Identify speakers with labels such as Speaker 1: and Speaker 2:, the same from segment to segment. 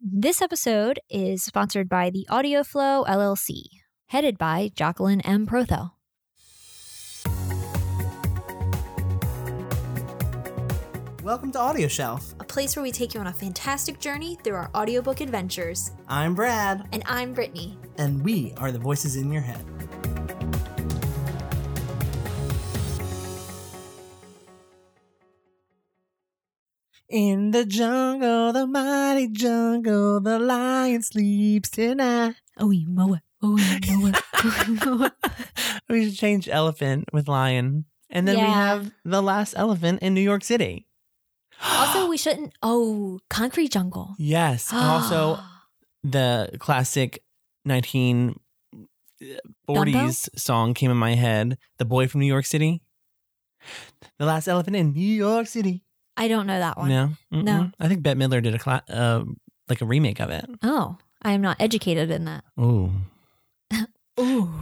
Speaker 1: This episode is sponsored by the AudioFlow LLC, headed by Jacqueline M. Protho.
Speaker 2: Welcome to Audio Shelf.
Speaker 1: A place where we take you on a fantastic journey through our audiobook adventures.
Speaker 2: I'm Brad,
Speaker 1: And I'm Brittany.
Speaker 2: and we are the voices in your head. In the jungle, the mighty jungle, the lion sleeps tonight.
Speaker 1: Oh, you moa. Oh, you moa.
Speaker 2: we should change elephant with lion. And then we
Speaker 1: Yeah.
Speaker 2: have the last elephant in New York City.
Speaker 1: also, we shouldn't. Oh, Concrete Jungle.
Speaker 2: yes. also, the classic 1940s song came in my head the boy from new york city the last elephant in new york city
Speaker 1: Oh, I don't know that one.
Speaker 2: no Mm-mm.
Speaker 1: No.
Speaker 2: i think bette midler did a cla- uh, like a remake of it
Speaker 1: Oh, I am not educated in that.
Speaker 2: Ooh.
Speaker 1: Ooh.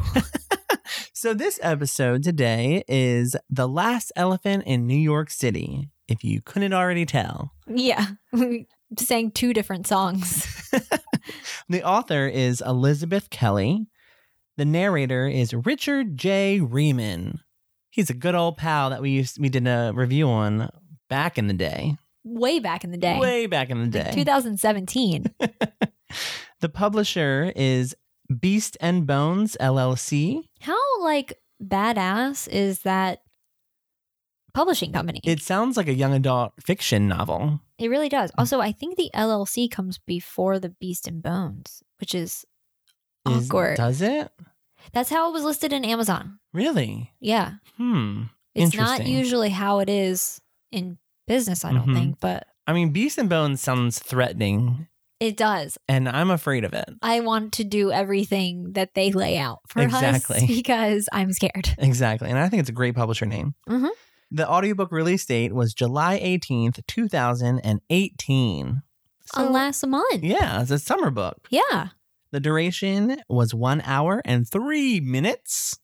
Speaker 2: so this episode today is the last elephant in new york city if you couldn't already tell
Speaker 1: yeah. We sang two different songs.
Speaker 2: the author is elizabeth kelly the narrator is richard j Riemann. he's a good old pal that we used we did a review on back in the day
Speaker 1: Way back in the day.
Speaker 2: way back in the
Speaker 1: Like
Speaker 2: day
Speaker 1: 2017.
Speaker 2: the publisher is beast and bones llc
Speaker 1: How like badass is that publishing company?
Speaker 2: it Mm. sounds like a young adult fiction novel
Speaker 1: It really does. Also, I think the LLC comes before the Beast and Bones, which is
Speaker 2: Is-
Speaker 1: awkward.
Speaker 2: does it
Speaker 1: That's how it was listed in Amazon.
Speaker 2: really
Speaker 1: Yeah.
Speaker 2: hmm
Speaker 1: It's not
Speaker 2: Interesting.
Speaker 1: usually how it is in business, I don't
Speaker 2: Mhm.
Speaker 1: think, but
Speaker 2: i mean beast and bones sounds threatening
Speaker 1: it does.
Speaker 2: and i'm afraid of it
Speaker 1: I want to do everything that they lay out for us
Speaker 2: Exactly.
Speaker 1: because I'm scared.
Speaker 2: Exactly. And I think it's a great publisher name.
Speaker 1: Mhm.
Speaker 2: The audiobook release date was July 18th, 2018. So,
Speaker 1: Unlast a month.
Speaker 2: yeah, it's a summer book.
Speaker 1: Yeah.
Speaker 2: The duration was one hour and three minutes.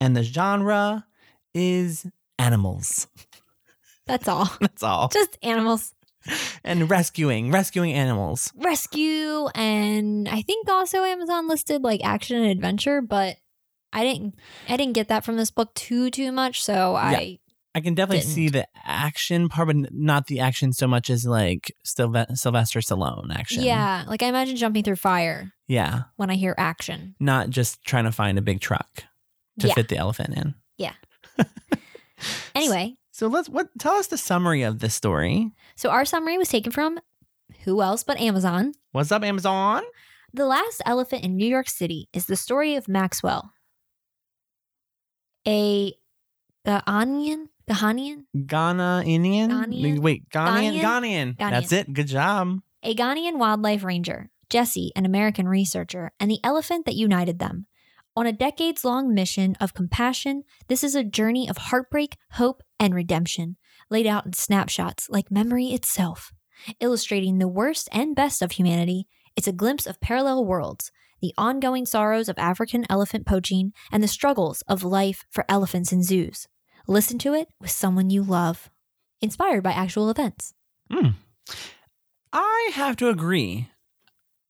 Speaker 2: And the genre is animals.
Speaker 1: That's all.
Speaker 2: That's all.
Speaker 1: Just animals
Speaker 2: And rescuing, rescuing animals.
Speaker 1: rescue and I think also Amazon listed like action and adventure, but I didn't I didn't get that from this book too too much, so I
Speaker 2: I can definitely
Speaker 1: Didn't.
Speaker 2: see the action part, but not the action so much as like Sylve- Sylvester Stallone action.
Speaker 1: yeah, like I imagine jumping through fire
Speaker 2: Yeah.
Speaker 1: when I hear action.
Speaker 2: Not just trying to find a big truck. to
Speaker 1: yeah.
Speaker 2: fit the elephant in.
Speaker 1: Anyway,
Speaker 2: So let's what tell us the summary of this story.
Speaker 1: so our summary was taken from who else but Amazon?
Speaker 2: What's up, Amazon?
Speaker 1: The Last Elephant in New York City is the story of Maxwell, a Ghanaian, Ghanaian,
Speaker 2: Ghana Indian?
Speaker 1: Ghanaian?
Speaker 2: Wait, Ghanaian?
Speaker 1: Ghanaian?
Speaker 2: Ghanaian. That's it. Good job.
Speaker 1: a Ghanaian wildlife ranger, Jesse, an American researcher, and the elephant that united them. On a decades long mission of compassion, this is a journey of heartbreak, hope, and redemption, laid out in snapshots like memory itself. Illustrating the worst and best of humanity, it's a glimpse of parallel worlds, the ongoing sorrows of African elephant poaching, and the struggles of life for elephants in zoos. Listen to it with someone you love. Inspired by actual events.
Speaker 2: I have to agree.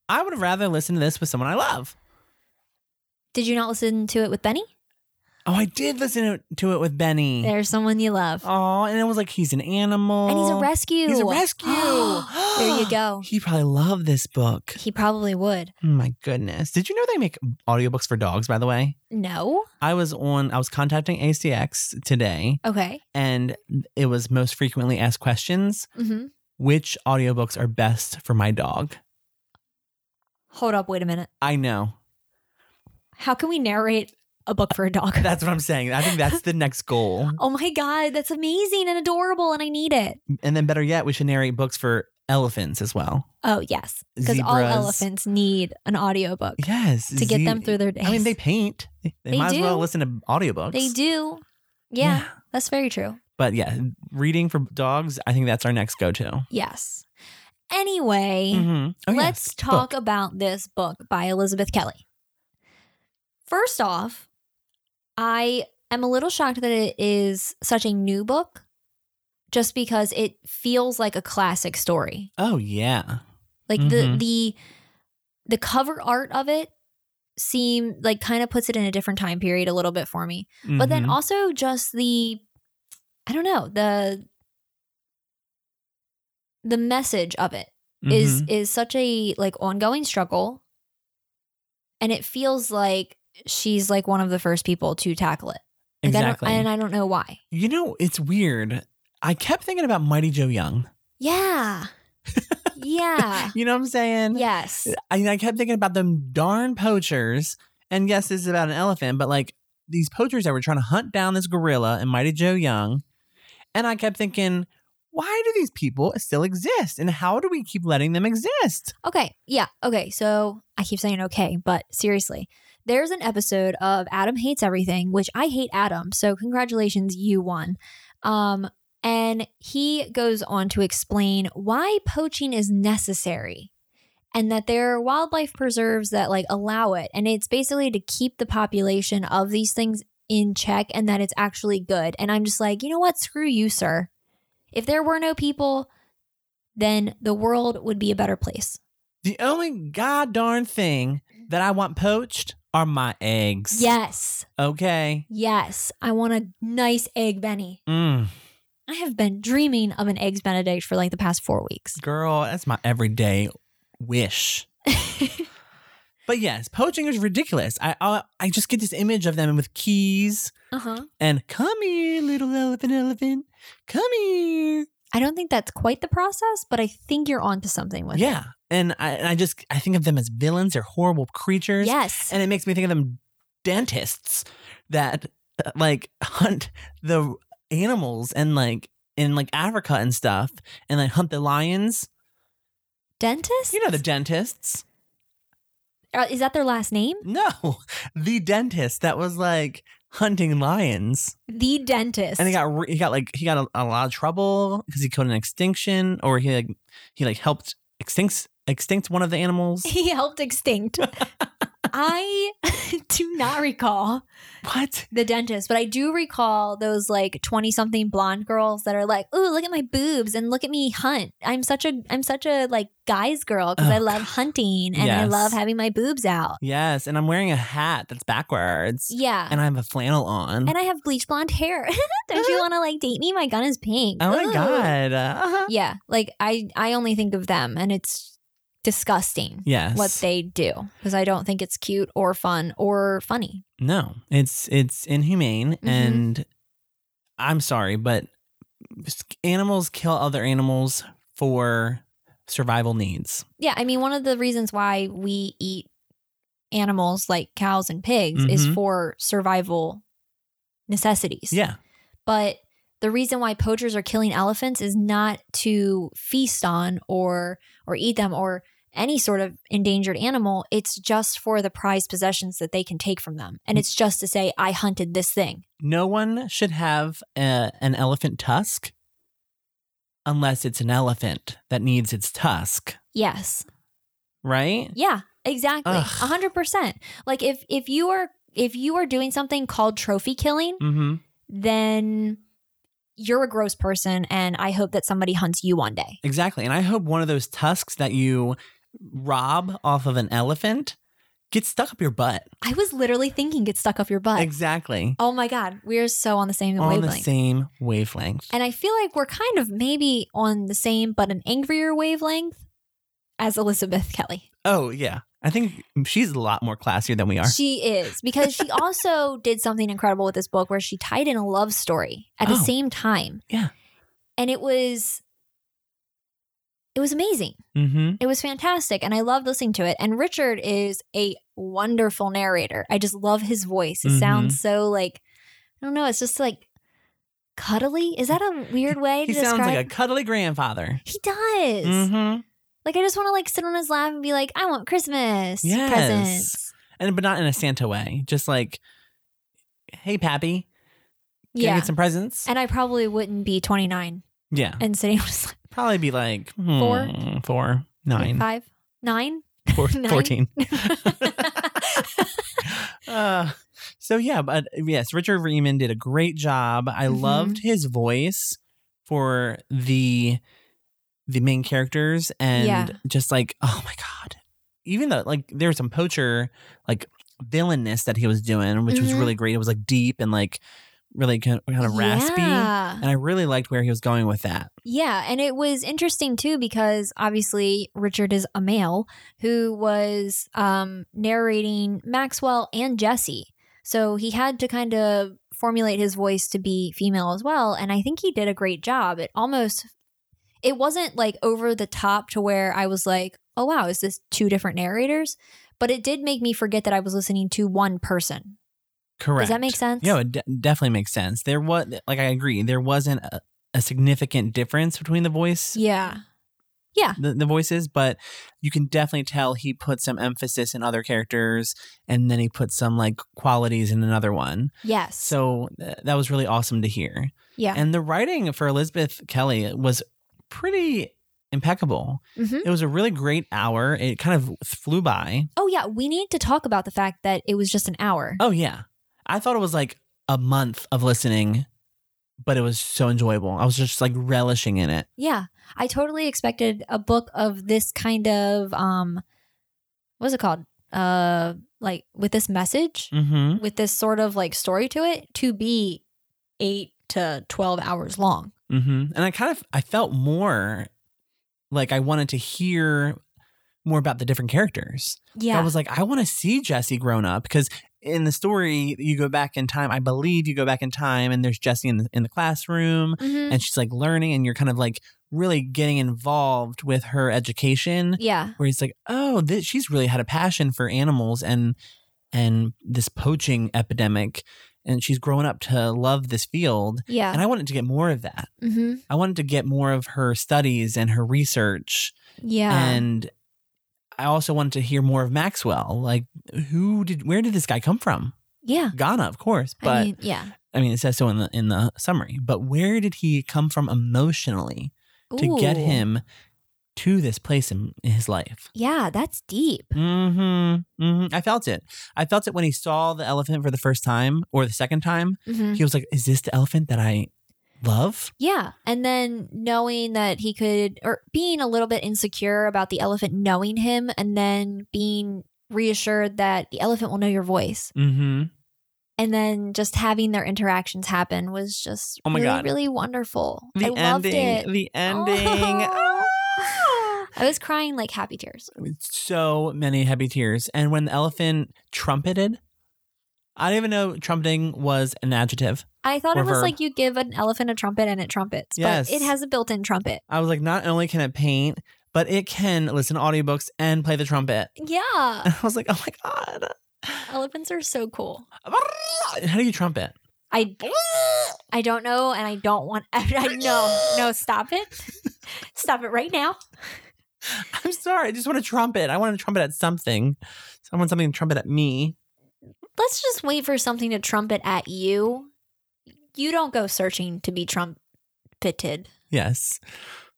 Speaker 2: I would rather listen to this with someone I love.
Speaker 1: Did you not listen to it with Benny?
Speaker 2: Oh, I did listen to it with Benny.
Speaker 1: There's someone you love.
Speaker 2: Oh, and it was like he's an animal.
Speaker 1: and he's a rescue.
Speaker 2: He's a rescue. there
Speaker 1: there you go.
Speaker 2: He probably loved this book.
Speaker 1: He probably would.
Speaker 2: Oh my goodness. Did you know they make audiobooks for dogs, by the way?
Speaker 1: No.
Speaker 2: I was on I was contacting ACX today
Speaker 1: Okay.
Speaker 2: and it was most frequently asked questions
Speaker 1: hmm
Speaker 2: which audiobooks are best for my dog
Speaker 1: Hold up. Wait a minute.
Speaker 2: i know
Speaker 1: How can we narrate a book for a dog?
Speaker 2: that's what i'm saying i think that's the next goal
Speaker 1: oh my God. That's amazing and adorable. And I need it.
Speaker 2: and then better yet we should narrate books for elephants as well
Speaker 1: Oh, yes. Because all
Speaker 2: Zebras.
Speaker 1: elephants need an audiobook
Speaker 2: yes
Speaker 1: to get
Speaker 2: ze-
Speaker 1: them through their days.
Speaker 2: i mean they paint they,
Speaker 1: They
Speaker 2: might as well
Speaker 1: do.
Speaker 2: listen to audiobooks
Speaker 1: They do. Yeah, That's very true.
Speaker 2: but yeah reading for dogs i think that's our next go-to
Speaker 1: Yes. Anyway.
Speaker 2: Mhm. Oh, yeah.
Speaker 1: Let's talk about this book by Elizabeth Kelly. First off, I am a little shocked that it is such a new book just because it feels like a classic story.
Speaker 2: oh yeah
Speaker 1: Like the
Speaker 2: Mhm.
Speaker 1: the the cover art of it seem like kind of puts it in a different time period a little bit for me. But then
Speaker 2: Mhm.
Speaker 1: also just the I don't know, the the message of it is
Speaker 2: Mhm.
Speaker 1: is such a like ongoing struggle and it feels like she's like one of the first people to tackle it. Like, I don't-
Speaker 2: Mm-hmm. exactly.
Speaker 1: and I don't know why.
Speaker 2: you know, it's weird. I kept thinking about Mighty Joe Young.
Speaker 1: Yeah. yeah.
Speaker 2: You know what I'm saying?
Speaker 1: Yes.
Speaker 2: I, I kept thinking about them darn poachers. And yes, this is about an elephant, but like these poachers that were trying to hunt down this gorilla and Mighty Joe Young. And I kept thinking, why do these people still exist? And how do we keep letting them exist?
Speaker 1: Okay. Yeah. Okay. So I keep saying okay, but seriously, there's an episode of Adam Hates Everything, which I hate Adam. So congratulations, you won. Um, and he goes on to explain why poaching is necessary and that there are wildlife preserves that like allow it. And it's basically to keep the population of these things in check and that it's actually good. And I'm just like, you know what? Screw you, sir. If there were no people, then the world would be a better place.
Speaker 2: The only god darn thing that I want poached are my eggs.
Speaker 1: Yes.
Speaker 2: Okay.
Speaker 1: Yes. I want a nice egg Benny.
Speaker 2: Mm,
Speaker 1: I have been dreaming of an eggs Benedict for like the past four weeks.
Speaker 2: girl, that's my everyday wish. But yes, poaching is ridiculous. I, I I just get this image of them with keys
Speaker 1: uh huh.
Speaker 2: and come here, little elephant, elephant, come here.
Speaker 1: I don't think that's quite the process, but I think you're onto something with
Speaker 2: Yeah, and I, and I just I think of them as villains. They're horrible
Speaker 1: it.
Speaker 2: creatures.
Speaker 1: Yes.
Speaker 2: and it makes me think of them dentists that uh, like hunt the animals and like in like Africa and stuff, and like hunt the lions.
Speaker 1: Dentist?
Speaker 2: You know the dentists.
Speaker 1: Uh, Is that their last name?
Speaker 2: No, the dentist that was like hunting lions.
Speaker 1: The dentist.
Speaker 2: and he got re- he got like he got a, a lot of trouble because he killed an extinction or he like he like helped extinct extinct one of the animals.
Speaker 1: he helped extinct. I do not recall
Speaker 2: what?
Speaker 1: the dentist, but I do recall those like 20 something blonde girls that are like, "Ooh, look at my boobs and look at me hunt. I'm such a I'm such a like guys girl cuz
Speaker 2: Oh,
Speaker 1: I love hunting and I
Speaker 2: Yes.
Speaker 1: love having my boobs out."
Speaker 2: Yes, and I'm wearing a hat that's backwards,
Speaker 1: Yeah.
Speaker 2: and I have a flannel on.
Speaker 1: And I have bleach blonde hair. Don't you want to like date me? My gun is pink.
Speaker 2: oh my
Speaker 1: Ooh.
Speaker 2: god! Uh-huh.
Speaker 1: Yeah, like I I only think of them and it's disgusting
Speaker 2: Yes.
Speaker 1: what they do cuz I don't think it's cute or fun or funny.
Speaker 2: No, it's it's inhumane,
Speaker 1: Mhm.
Speaker 2: and I'm sorry, but animals kill other animals for survival needs.
Speaker 1: Yeah, I mean, one of the reasons why we eat animals like cows and pigs is
Speaker 2: Mhm.
Speaker 1: for survival necessities.
Speaker 2: Yeah.
Speaker 1: But the reason why poachers are killing elephants is not to feast on or or eat them or any sort of endangered animal. It's just for the prized possessions that they can take from them.
Speaker 2: Mm.
Speaker 1: And it's just to say, I hunted this thing.
Speaker 2: no one should have a, an elephant tusk unless it's an elephant that needs its tusk,
Speaker 1: Yes.
Speaker 2: right?
Speaker 1: Yeah, exactly. A
Speaker 2: Ugh.
Speaker 1: hundred percent. Like if if you are if you are doing something called trophy killing,
Speaker 2: Mm-hmm.
Speaker 1: then you're a gross person and I hope that somebody hunts you one day.
Speaker 2: Exactly. And I hope one of those tusks that you rob off of an elephant gets stuck up your butt.
Speaker 1: I was literally thinking get stuck up your butt.
Speaker 2: exactly.
Speaker 1: oh my god, we're so on the same
Speaker 2: On
Speaker 1: wavelength.
Speaker 2: the same wavelength.
Speaker 1: and I feel like we're kind of maybe on the same but an angrier wavelength as Elizabeth Kelly.
Speaker 2: oh, yeah. I think she's a lot more classier than we are.
Speaker 1: She is because she also did something incredible with this book where she tied in a love story at the
Speaker 2: Oh.
Speaker 1: same time.
Speaker 2: Yeah.
Speaker 1: And it was it was amazing.
Speaker 2: mm-hmm.
Speaker 1: It was fantastic and I loved listening to it. And Richard is a wonderful narrator. I just love his voice. It
Speaker 2: Mhm.
Speaker 1: sounds so like I don't know, it's just like cuddly. Is that a weird way
Speaker 2: He
Speaker 1: to
Speaker 2: sounds
Speaker 1: describe?
Speaker 2: like a cuddly grandfather.
Speaker 1: he does.
Speaker 2: Mm-hmm.
Speaker 1: Like I just want to like sit on his lap and be like, I want Christmas
Speaker 2: Yes.
Speaker 1: presents.
Speaker 2: And but not in a Santa way. Just like, hey, Pappy, can I
Speaker 1: Yeah.
Speaker 2: get some presents?
Speaker 1: and I probably wouldn't be 29
Speaker 2: yeah.
Speaker 1: and sitting on his lap.
Speaker 2: probably be like hmm,
Speaker 1: Four?
Speaker 2: four, nine,
Speaker 1: Five? Nine?
Speaker 2: four-
Speaker 1: Nine?
Speaker 2: 14. Uh, so yeah, but yes, Richard Riemann did a
Speaker 1: Mm-hmm.
Speaker 2: great job. I
Speaker 1: Mhm.
Speaker 2: loved his voice for the the main characters and
Speaker 1: Yeah.
Speaker 2: just like, oh my God. Even though like there was some poacher like villainness that he was doing, which was
Speaker 1: Mhm.
Speaker 2: really great. It was like deep and like really kind of, kind of raspy.
Speaker 1: Yeah.
Speaker 2: And I really liked where he was going with that.
Speaker 1: Yeah, and it was interesting too because obviously Richard is a male who was um, narrating Maxwell and Jesse. So he had to kind of formulate his voice to be female as well, and I think he did a great job. It almost it wasn't like over the top to where I was like, "Oh wow, is this two different narrators?" But it did make me forget that I was listening to one person.
Speaker 2: Correct.
Speaker 1: Does that make sense?
Speaker 2: Yeah, it de- definitely makes sense. There was, like, I agree. There wasn't a, a significant difference between the voice,
Speaker 1: Yeah.
Speaker 2: the, the voices, but you can definitely tell he put some emphasis in other characters, and then he put some like qualities in another one.
Speaker 1: Yes.
Speaker 2: So th- that was really awesome to hear.
Speaker 1: yeah.
Speaker 2: And the writing for Elizabeth Kelly was pretty impeccable.
Speaker 1: hmm
Speaker 2: It was a really great hour. It kind of flew by.
Speaker 1: Oh yeah, we need to talk about the fact that it was just an hour.
Speaker 2: Oh yeah. I thought it was like a month of listening, but it was so enjoyable. I was just like relishing in it.
Speaker 1: Yeah, I totally expected a book of this kind of um, what's it called? Uh, like with this message,
Speaker 2: Mm-hmm.
Speaker 1: with this sort of like story to it, to be eight to twelve hours long.
Speaker 2: Mm-hmm. And I kind of I felt more like I wanted to hear more about the different characters. I
Speaker 1: Yeah,
Speaker 2: was like, I want to see Jesse grown up because in the story you go back in time. I believe you go back in time, and there's Jesse in the, in the classroom,
Speaker 1: Mhm.
Speaker 2: and she's like learning, and you're kind of like really getting involved with her education.
Speaker 1: yeah,
Speaker 2: where he's like, "Oh, this, she's really had a passion for animals and and this poaching epidemic, and she's grown up to love this field." And
Speaker 1: yeah,
Speaker 2: I wanted to get more of that.
Speaker 1: hmm
Speaker 2: I wanted to get more of her studies and her research,
Speaker 1: yeah,
Speaker 2: and I also wanted to hear more of Maxwell. Like, who did, where did this guy come from?
Speaker 1: yeah.
Speaker 2: Ghana, of course, but
Speaker 1: I mean, yeah.
Speaker 2: it says so in the in the summary. But where did he come from emotionally to get
Speaker 1: Ooh.
Speaker 2: him to this place in, in his life?
Speaker 1: Yeah, that's deep.
Speaker 2: Mm-hmm. mm-hmm. I felt it. I felt it when he saw the elephant for the first time or the second time.
Speaker 1: hmm
Speaker 2: He was like, "Is this the elephant that I love?"
Speaker 1: Yeah. And then knowing that he could, or being a little bit insecure about the elephant knowing him, and then being reassured that the elephant will know your voice.
Speaker 2: Mm-hmm.
Speaker 1: And then just having their interactions happen was just
Speaker 2: Oh my
Speaker 1: really,
Speaker 2: God.
Speaker 1: really wonderful.
Speaker 2: The
Speaker 1: I
Speaker 2: ending.
Speaker 1: loved it.
Speaker 2: The ending. Ah.
Speaker 1: Oh. I was crying like happy tears.
Speaker 2: So many heavy tears. And when the elephant trumpeted, I didn't even know trumpeting was an adjective.
Speaker 1: I thought
Speaker 2: Or
Speaker 1: it was
Speaker 2: verb.
Speaker 1: like you give an elephant a trumpet and it trumpets,
Speaker 2: Yes.
Speaker 1: but it has a built in trumpet.
Speaker 2: I was like, not only can it paint, but it can listen to audiobooks and play the trumpet.
Speaker 1: Yeah.
Speaker 2: And I was like, oh my god,
Speaker 1: Elephants are so cool.
Speaker 2: how do you trumpet?
Speaker 1: I I don't know, and I don't want. I no, no, stop it, stop it right now.
Speaker 2: I'm sorry. I just want to trumpet. I want to trumpet at something. So I want something to trumpet at me.
Speaker 1: Let's just wait for something to trumpet at you. You don't go searching to be trumpeted.
Speaker 2: Yes.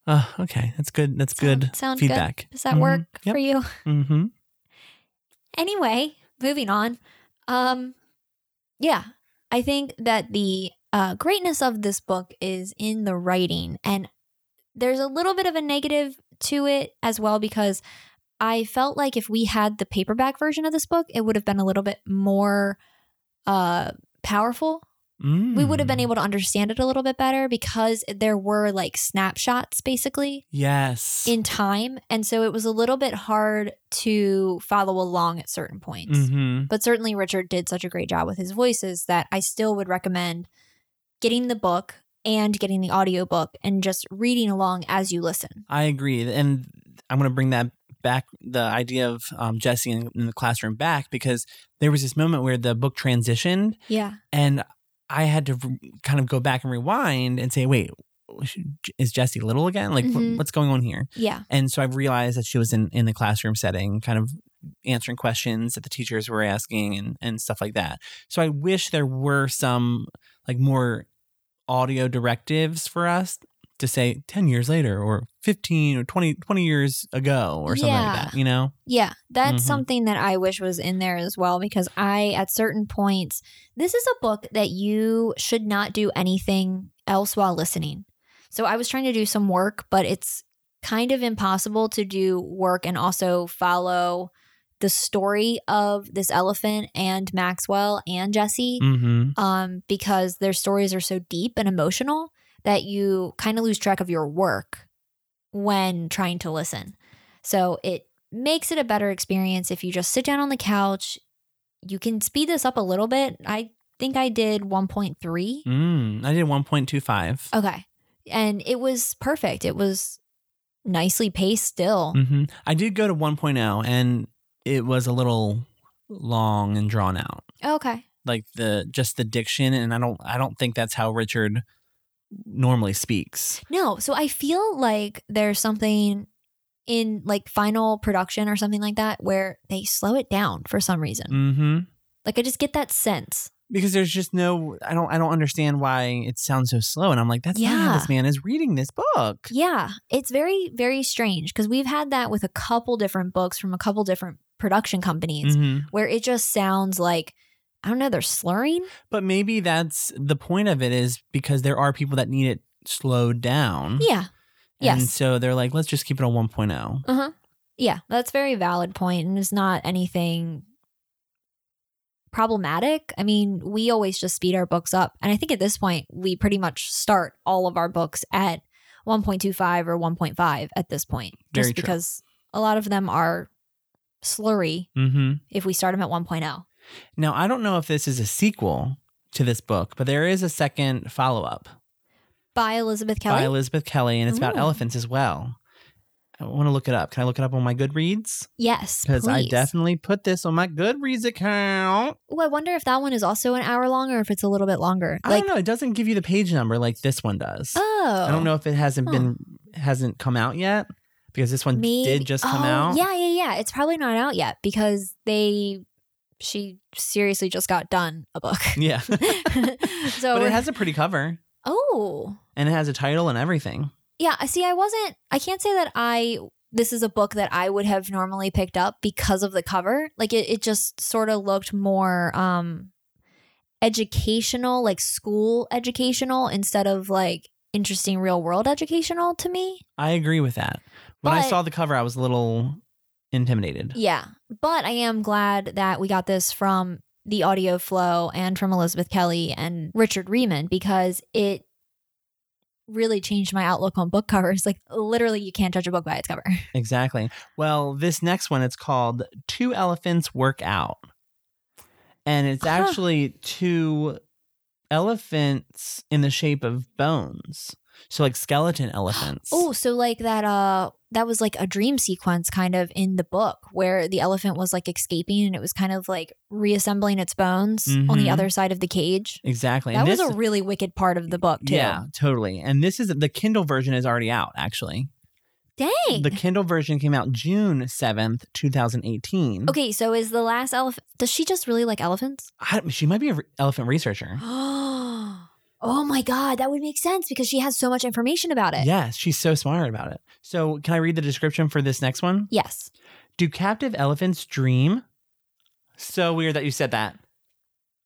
Speaker 2: Uh, okay. That's good. That's
Speaker 1: Sound-
Speaker 2: good
Speaker 1: sound good?
Speaker 2: feedback.
Speaker 1: Does that
Speaker 2: Mhm.
Speaker 1: work
Speaker 2: Yep.
Speaker 1: for you?
Speaker 2: Mm-hmm.
Speaker 1: Anyway, moving on. Um, yeah, I think that the uh, greatness of this book is in the writing, and there's a little bit of a negative to it as well because I felt like if we had the paperback version of this book, it would have been a little bit more uh, powerful. We would have been
Speaker 2: Mm.
Speaker 1: able to understand it a little bit better because there were like snapshots basically
Speaker 2: Yes.
Speaker 1: in time and so it was a little bit hard to follow along at certain points
Speaker 2: mm-hmm.
Speaker 1: but certainly richard did such a great job with his voices that i still would recommend getting the book and getting the audiobook and just reading along as you listen
Speaker 2: I agree, and I'm going to bring that back. The idea of um, Jesse in, in the classroom back because there was this moment where the book transitioned,
Speaker 1: yeah
Speaker 2: and I had to re- kind of go back and rewind and say, "Wait, is Jesse little again? Like, wh-
Speaker 1: Mhm.
Speaker 2: what's going on here?"
Speaker 1: yeah
Speaker 2: And so I've realized that she was in, in the classroom setting, kind of answering questions that the teachers were asking and, and stuff like that. So I wish there were some like more audio directives for us to say 10 years later or 15 or 20, 20 years ago or something like
Speaker 1: Yeah.
Speaker 2: that, you know?
Speaker 1: yeah that's
Speaker 2: Mhm.
Speaker 1: something that i wish was in there as well because i at certain points this is a book that you should not do anything else while listening so i was trying to do some work but it's kind of impossible to do work and also follow the story of this elephant and Maxwell and Jesse
Speaker 2: Mm-hmm.
Speaker 1: um, because their stories are so deep and emotional that you kind of lose track of your work when trying to listen. So it makes it a better experience if you just sit down on the couch. You can speed this up a little bit. I think I did 1.3.
Speaker 2: Mm, I did 1.25.
Speaker 1: Okay. And it was perfect. It was nicely paced still.
Speaker 2: hmm I did go to 1.0 and it was a little long and drawn out.
Speaker 1: Okay.
Speaker 2: Like the just the diction and I don't I don't think that's how Richard normally speaks.
Speaker 1: No, so I feel like there's something in like final production or something like that where they slow it down for some reason.
Speaker 2: Mhm.
Speaker 1: Like I just get that sense.
Speaker 2: Because there's just no I don't I don't understand why it sounds so slow and I'm like that's not how
Speaker 1: Yeah.
Speaker 2: this man is reading this book.
Speaker 1: Yeah, it's very very strange because we've had that with a couple different books from a couple different production companies
Speaker 2: Mhm.
Speaker 1: where it just sounds like I don't know, they're slurring.
Speaker 2: But maybe that's the point of it is because there are people that need it slowed down.
Speaker 1: Yeah.
Speaker 2: Mm. And
Speaker 1: Yes.
Speaker 2: so they're like let's just keep it on oh." 1.0.
Speaker 1: Yeah, that's a very valid point and it's not anything problematic. I mean, we always just speed our books up. And I think at this point we pretty much start all of our books at 1.25 or 1.5 at this point just
Speaker 2: Very true.
Speaker 1: because a lot of them are slurry
Speaker 2: Mhm.
Speaker 1: if we start them at oh. 1.0.
Speaker 2: Now, I don't know if this is a sequel to this book, but there is a second follow up
Speaker 1: By Elizabeth
Speaker 2: by
Speaker 1: Kelly.
Speaker 2: Elizabeth Kelly, and it's about
Speaker 1: Ooh.
Speaker 2: elephants as well. I want to look it up. Can I look it up on my Goodreads?
Speaker 1: yes,
Speaker 2: Because I
Speaker 1: please.
Speaker 2: definitely put this on my Goodreads account.
Speaker 1: Ooh, I wonder if that one is also an hour long or if it's a little bit longer.
Speaker 2: I
Speaker 1: like,
Speaker 2: don't know. It doesn't give you the page number like this one does.
Speaker 1: oh,
Speaker 2: I don't know if it hasn't
Speaker 1: Huh.
Speaker 2: been hasn't come out yet because this one
Speaker 1: Maybe-
Speaker 2: did just come
Speaker 1: oh,
Speaker 2: out.
Speaker 1: Yeah, yeah, yeah. It's probably not out yet because they, she seriously just got done a book.
Speaker 2: Yeah.
Speaker 1: so,
Speaker 2: but it has a pretty cover
Speaker 1: oh,
Speaker 2: and it has a title and everything.
Speaker 1: yeah. I See, I wasn't, I can't say that I, this is a book that I would have normally picked up because of the cover. Like it, it just sort of looked more, um, educational, like school educational instead of like interesting real world educational to me.
Speaker 2: I agree with that. When I
Speaker 1: But-
Speaker 2: saw the cover, I was a little intimidated.
Speaker 1: Yeah. But I am glad that we got this from the audio flow and from Elizabeth Kelly and Richard Riemann because it really changed my outlook on book covers. Like, literally, you can't judge a book by its cover.
Speaker 2: Exactly. Well, this next one it's called Two Elephants Work Out. And it's
Speaker 1: Huh.
Speaker 2: actually two elephants in the shape of bones. So like skeleton elephants.
Speaker 1: Oh, so like that, uh, that was like a dream sequence kind of in the book where the elephant was like escaping and it was kind of like reassembling its bones on the
Speaker 2: Mhm.
Speaker 1: other side of the cage.
Speaker 2: exactly.
Speaker 1: That
Speaker 2: and
Speaker 1: was
Speaker 2: this
Speaker 1: a really wicked part of the book, too.
Speaker 2: Yeah, totally. And this is the Kindle version is already out actually.
Speaker 1: Dang.
Speaker 2: The Kindle version came out June 7th, 2018.
Speaker 1: okay, so is the last elephant, does she just really like elephants?
Speaker 2: I, she might be an elephant researcher.
Speaker 1: oh my god, that would make sense because she has so much information about it.
Speaker 2: Yes, she's so smart about it. So, can I read the description for this next one?
Speaker 1: Yes.
Speaker 2: Do captive elephants dream? So weird that you said that.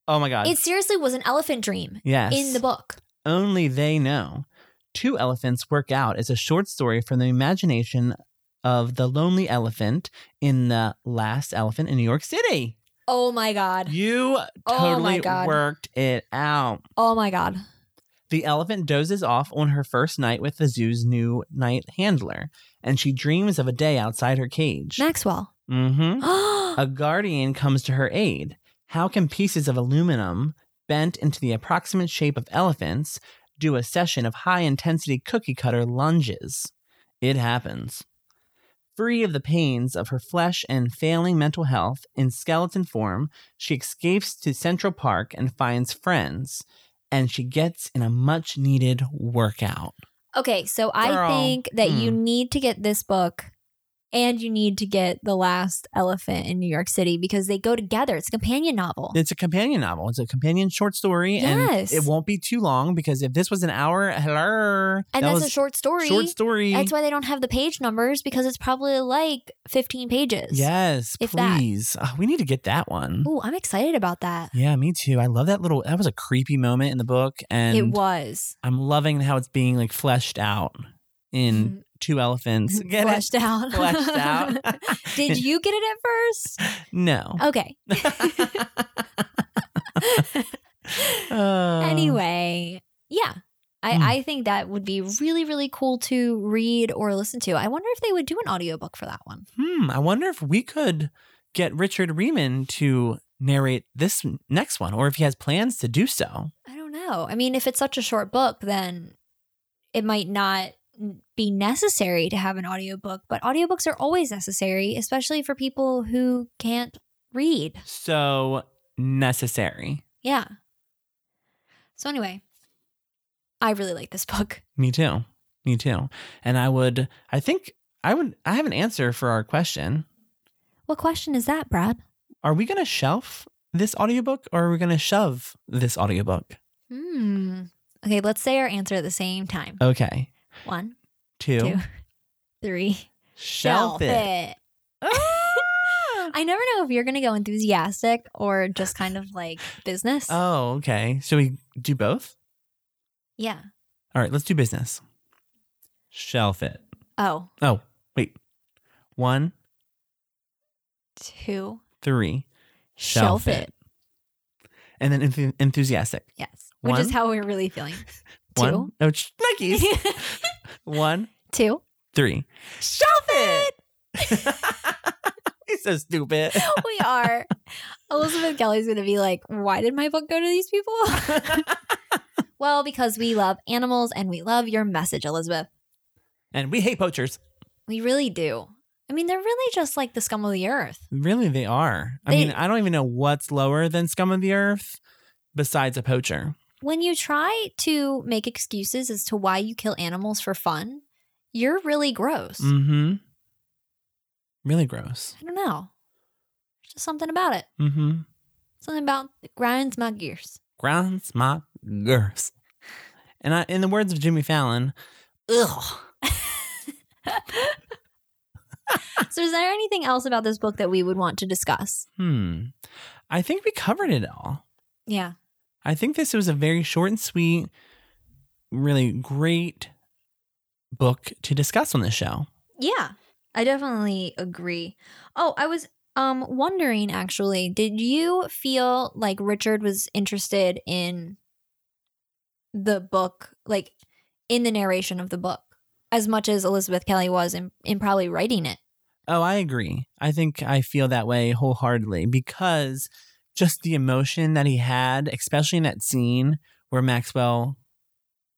Speaker 2: Oh my god.
Speaker 1: It seriously was an elephant dream
Speaker 2: yes.
Speaker 1: in the book.
Speaker 2: Only they know. Two Elephants Work Out is a short story from the imagination of the lonely elephant in the last elephant in New York City.
Speaker 1: Oh my god.
Speaker 2: You
Speaker 1: Oh my
Speaker 2: totally
Speaker 1: God.
Speaker 2: worked it out.
Speaker 1: Oh my god.
Speaker 2: The elephant dozes off on her first night with the zoo's new night handler, and she dreams of a day outside her cage.
Speaker 1: Maxwell.
Speaker 2: mm-hmm.
Speaker 1: oh
Speaker 2: A guardian comes to her aid. How can pieces of aluminum bent into the approximate shape of elephants do a session of high intensity cookie cutter lunges? It happens. Free of the pains of her flesh and failing mental health in skeleton form, she escapes to Central Park and finds friends, and she gets in a much needed workout.
Speaker 1: Okay, so I
Speaker 2: Girl. Hmm.
Speaker 1: think that you need to get this book and you need to get The Last Elephant in New York City because they go together. It's a companion novel.
Speaker 2: It's a companion novel, it's a companion short story,
Speaker 1: Yes.
Speaker 2: and it won't be too long because if this was an hour, hello.
Speaker 1: and
Speaker 2: that
Speaker 1: that's
Speaker 2: was
Speaker 1: a short story.
Speaker 2: Short story.
Speaker 1: That's why they don't have the page numbers because it's probably like 15 pages.
Speaker 2: yes,
Speaker 1: If that.
Speaker 2: please. Ah, we need to get that one.
Speaker 1: Ooh, I'm excited about that.
Speaker 2: Yeah, me too. I love that little. That was a creepy moment in the book, and
Speaker 1: it was.
Speaker 2: I'm loving how it's being like fleshed out in
Speaker 1: Mhm.
Speaker 2: two elephants. Get it?
Speaker 1: fleshed out.
Speaker 2: Fleshed out.
Speaker 1: Did you get it at first?
Speaker 2: no.
Speaker 1: Okay.
Speaker 2: Uh,
Speaker 1: anyway, yeah. I,
Speaker 2: Hmm.
Speaker 1: I think that would be really, really cool to read or listen to. I wonder if they would do an audiobook for that one.
Speaker 2: Hmm. I wonder if we could get Richard Riemann to narrate this next one, or if he has plans to do so.
Speaker 1: I don't know. I mean, if it's such a short book, then it might not be necessary to have an audiobook, but audiobooks are always necessary, especially for people who can't read.
Speaker 2: So necessary.
Speaker 1: Yeah. So, anyway, I really like this book.
Speaker 2: Me too. Me too. And I would, I think, I would, I have an answer for our question.
Speaker 1: What question is that, Brad?
Speaker 2: Are we going to shelf this audiobook or are we going to shove this audiobook?
Speaker 1: Hmm. Okay, let's say our answer at the same
Speaker 2: Uh,
Speaker 1: time.
Speaker 2: Okay.
Speaker 1: One,
Speaker 2: Two.
Speaker 1: two, three.
Speaker 2: Shelf, it. Ah!
Speaker 1: I never know if you're gonna go enthusiastic or just kind of like business.
Speaker 2: Oh, okay. Should we do both?
Speaker 1: yeah.
Speaker 2: All right, let's do business. Shelf it.
Speaker 1: Oh,
Speaker 2: Oh, wait. One,
Speaker 1: two.
Speaker 2: three.
Speaker 1: Shelf,
Speaker 2: Shelf
Speaker 1: it.
Speaker 2: it. And then enth- enthusiastic.
Speaker 1: Yes. Which is
Speaker 2: One.
Speaker 1: how we're really feeling.
Speaker 2: One. Oh, sh- Nikes.
Speaker 1: two.
Speaker 2: One,
Speaker 1: two.
Speaker 2: three.
Speaker 1: Shelf it.
Speaker 2: He's so stupid.
Speaker 1: We are. Elizabeth Kelly's gonna be like, why did my book go to these people? well, because we love animals and we love your message, Elizabeth.
Speaker 2: and we hate poachers.
Speaker 1: We really do. I mean, they're really just like the scum of the earth.
Speaker 2: Really, they are. I
Speaker 1: They-
Speaker 2: mean, I don't even know what's lower than scum of the earth besides a poacher.
Speaker 1: When you try to make excuses as to why you kill animals for fun, you're really gross.
Speaker 2: Mm hmm. Really gross.
Speaker 1: I don't know. There's just something about it.
Speaker 2: Mm hmm.
Speaker 1: Something about it grinds my gears.
Speaker 2: Grounds my girls. And I, in the words of Jimmy Fallon, ugh.
Speaker 1: so, is there anything else about this book that we would want to discuss?
Speaker 2: Hmm. I think we covered it all.
Speaker 1: Yeah.
Speaker 2: I think this was a very short and sweet, really great book to discuss on the show.
Speaker 1: Yeah. I definitely agree. Oh, I was um wondering actually, did you feel like Richard was interested in the book, like in the narration of the book, as much as Elizabeth Kelly was in, in probably writing it?
Speaker 2: Oh, I agree. I think I feel that way wholeheartedly because just the emotion that he had, especially in that scene where Maxwell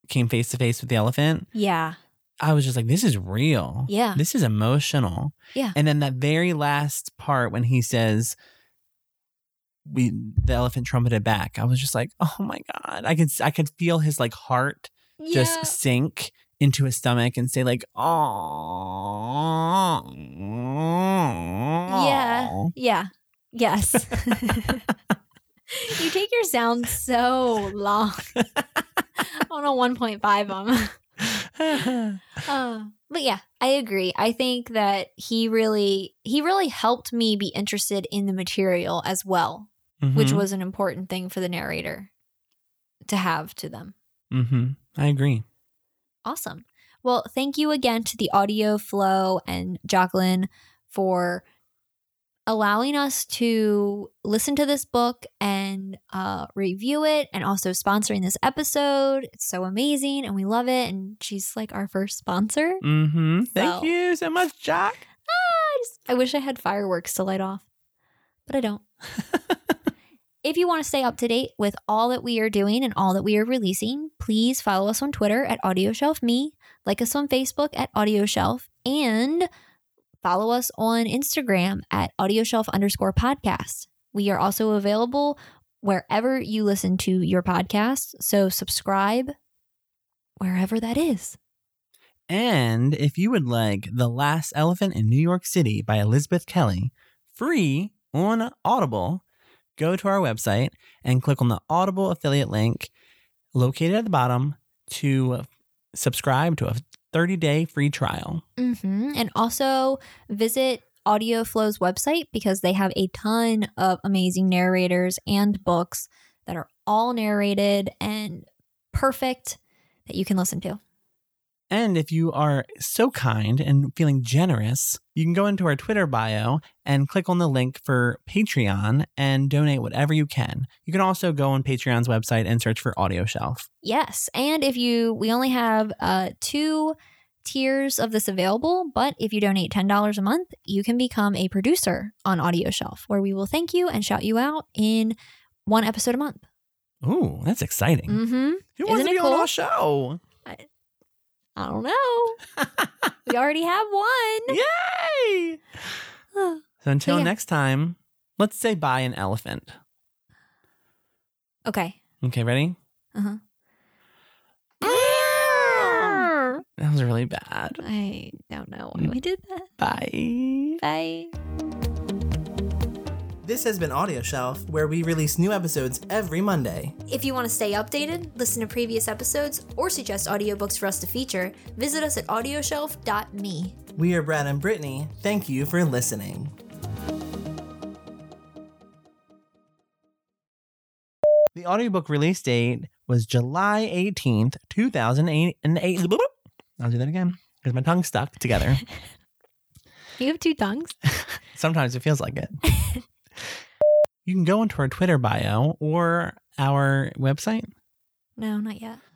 Speaker 2: came face to face with the elephant,
Speaker 1: Yeah.
Speaker 2: I was just like, this is real.
Speaker 1: Yeah.
Speaker 2: This is emotional.
Speaker 1: Yeah.
Speaker 2: And then that very last part when he says, we the elephant trumpeted back. I was just like, oh my god! I could I could feel his like heart just sink into his stomach and say like, oh
Speaker 1: Yeah. Yeah. Yes. you take your sound so long. on a 1.5 um.
Speaker 2: yeah.
Speaker 1: Uh, but yeah, I agree. I think that he really he really helped me be interested in the material as well,
Speaker 2: Mm-hmm,
Speaker 1: which was an important thing for the narrator to have to them.
Speaker 2: hmm I agree.
Speaker 1: Awesome. Well, thank you again to the audio flow and Jacqueline for allowing us to listen to this book and uh, review it and also sponsoring this episode. It's so amazing and we love it. And she's like our first sponsor.
Speaker 2: hmm Thank
Speaker 1: So-
Speaker 2: you so much, Jack.
Speaker 1: I, just- I wish I had fireworks to light off, but I don't. if you want to stay up to date with all that we are doing and all that we are releasing, please follow us on Twitter at AudioshelfMe, like us on Facebook at AudioShelf, and follow us on Instagram at AudioShelf underscore podcast. We are also available wherever you listen to your podcast, so subscribe wherever that is.
Speaker 2: And if you would like The Last Elephant in New York City by Elizabeth Kelly free on Audible, go to our website and click on the Audible affiliate link located at the bottom to subscribe to a 30 day free trial.
Speaker 1: hmm And also visit AudioFlow's website because they have a ton of amazing narrators and books that are all narrated and perfect that you can listen to.
Speaker 2: And if you are so kind and feeling generous, you can go into our Twitter bio and click on the link for Patreon and donate whatever you can. You can also go on Patreon's website and search for Audio Shelf.
Speaker 1: Yes. And if you, we only have uh, two tiers of this available, but if you donate $10 a month, you can become a producer on Audio Shelf, where we will thank you and shout you out in one episode a month.
Speaker 2: Ooh, that's exciting.
Speaker 1: Mm-hmm.
Speaker 2: Who wants
Speaker 1: Isn't
Speaker 2: to be
Speaker 1: it
Speaker 2: on
Speaker 1: cool?
Speaker 2: our show?
Speaker 1: I don't know. we already have one.
Speaker 2: Yay! So until
Speaker 1: Yeah.
Speaker 2: next time, let's say bye an elephant.
Speaker 1: Okay.
Speaker 2: Okay, ready?
Speaker 1: Uh-huh.
Speaker 2: That was really bad.
Speaker 1: I don't know why we did that.
Speaker 2: Bye.
Speaker 1: Bye.
Speaker 3: This has been Audio Shelf, where we release new episodes every Monday.
Speaker 1: If you want to stay updated, listen to previous episodes, or suggest audiobooks for us to feature, visit us at audioshelf.me.
Speaker 3: We are Brad and Brittany. Thank you for listening.
Speaker 2: The audiobook release date was July 18th, 2008. and eight- I'll do that again because my tongue's stuck together.
Speaker 1: You have two tongues?
Speaker 2: Sometimes it feels like it. you can go into our Twitter bio or our website.
Speaker 1: No, not yet.